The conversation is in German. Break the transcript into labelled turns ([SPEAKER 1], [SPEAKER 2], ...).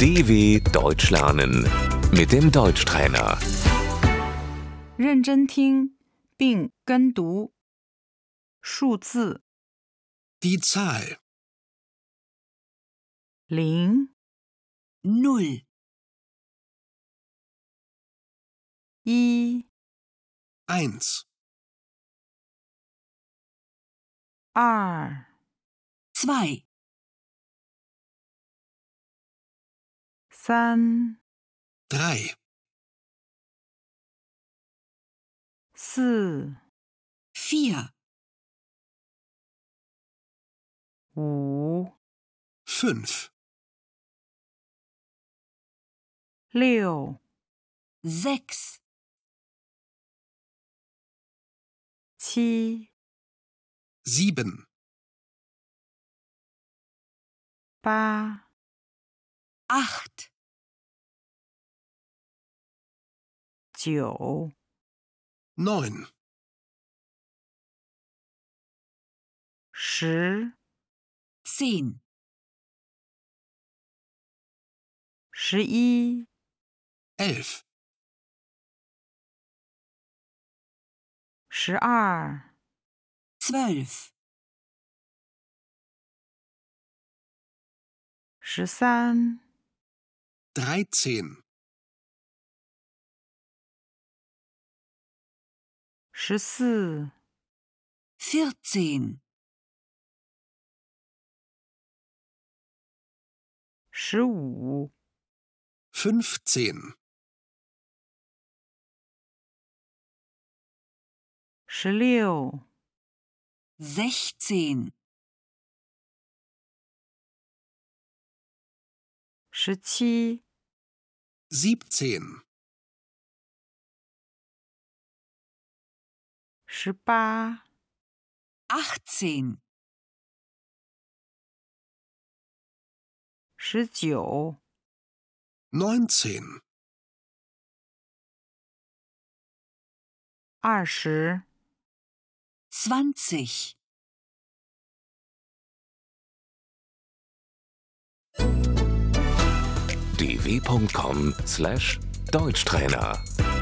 [SPEAKER 1] DW Deutsch lernen mit dem Deutschtrainer.
[SPEAKER 2] 认真听并跟读。数字
[SPEAKER 3] Die Zahl
[SPEAKER 2] 零、
[SPEAKER 4] Null,
[SPEAKER 2] 一、
[SPEAKER 3] 1,
[SPEAKER 2] 二、
[SPEAKER 4] zwei,
[SPEAKER 2] 三、
[SPEAKER 3] 3,
[SPEAKER 2] 四、
[SPEAKER 4] vier,
[SPEAKER 2] 五、
[SPEAKER 3] 5,
[SPEAKER 2] 六、
[SPEAKER 4] sechs,
[SPEAKER 2] 七、
[SPEAKER 3] 7,
[SPEAKER 2] 八、
[SPEAKER 4] acht,
[SPEAKER 2] 九、
[SPEAKER 3] 9,
[SPEAKER 2] 十、
[SPEAKER 4] zehn,
[SPEAKER 2] 十一、
[SPEAKER 3] 11,
[SPEAKER 2] 十二、
[SPEAKER 4] zwölf,
[SPEAKER 2] 十三、
[SPEAKER 3] 13,
[SPEAKER 2] 十四、
[SPEAKER 4] vierzehn,
[SPEAKER 2] 十五、
[SPEAKER 3] 15,
[SPEAKER 2] 十六、
[SPEAKER 4] sechzehn,
[SPEAKER 2] 十七、
[SPEAKER 3] 17,
[SPEAKER 2] 十八、
[SPEAKER 4] achtzehn,
[SPEAKER 2] 十九、
[SPEAKER 3] 19,
[SPEAKER 2] 二十、
[SPEAKER 4] zwanzig.
[SPEAKER 1] dw.com/deutschtrainer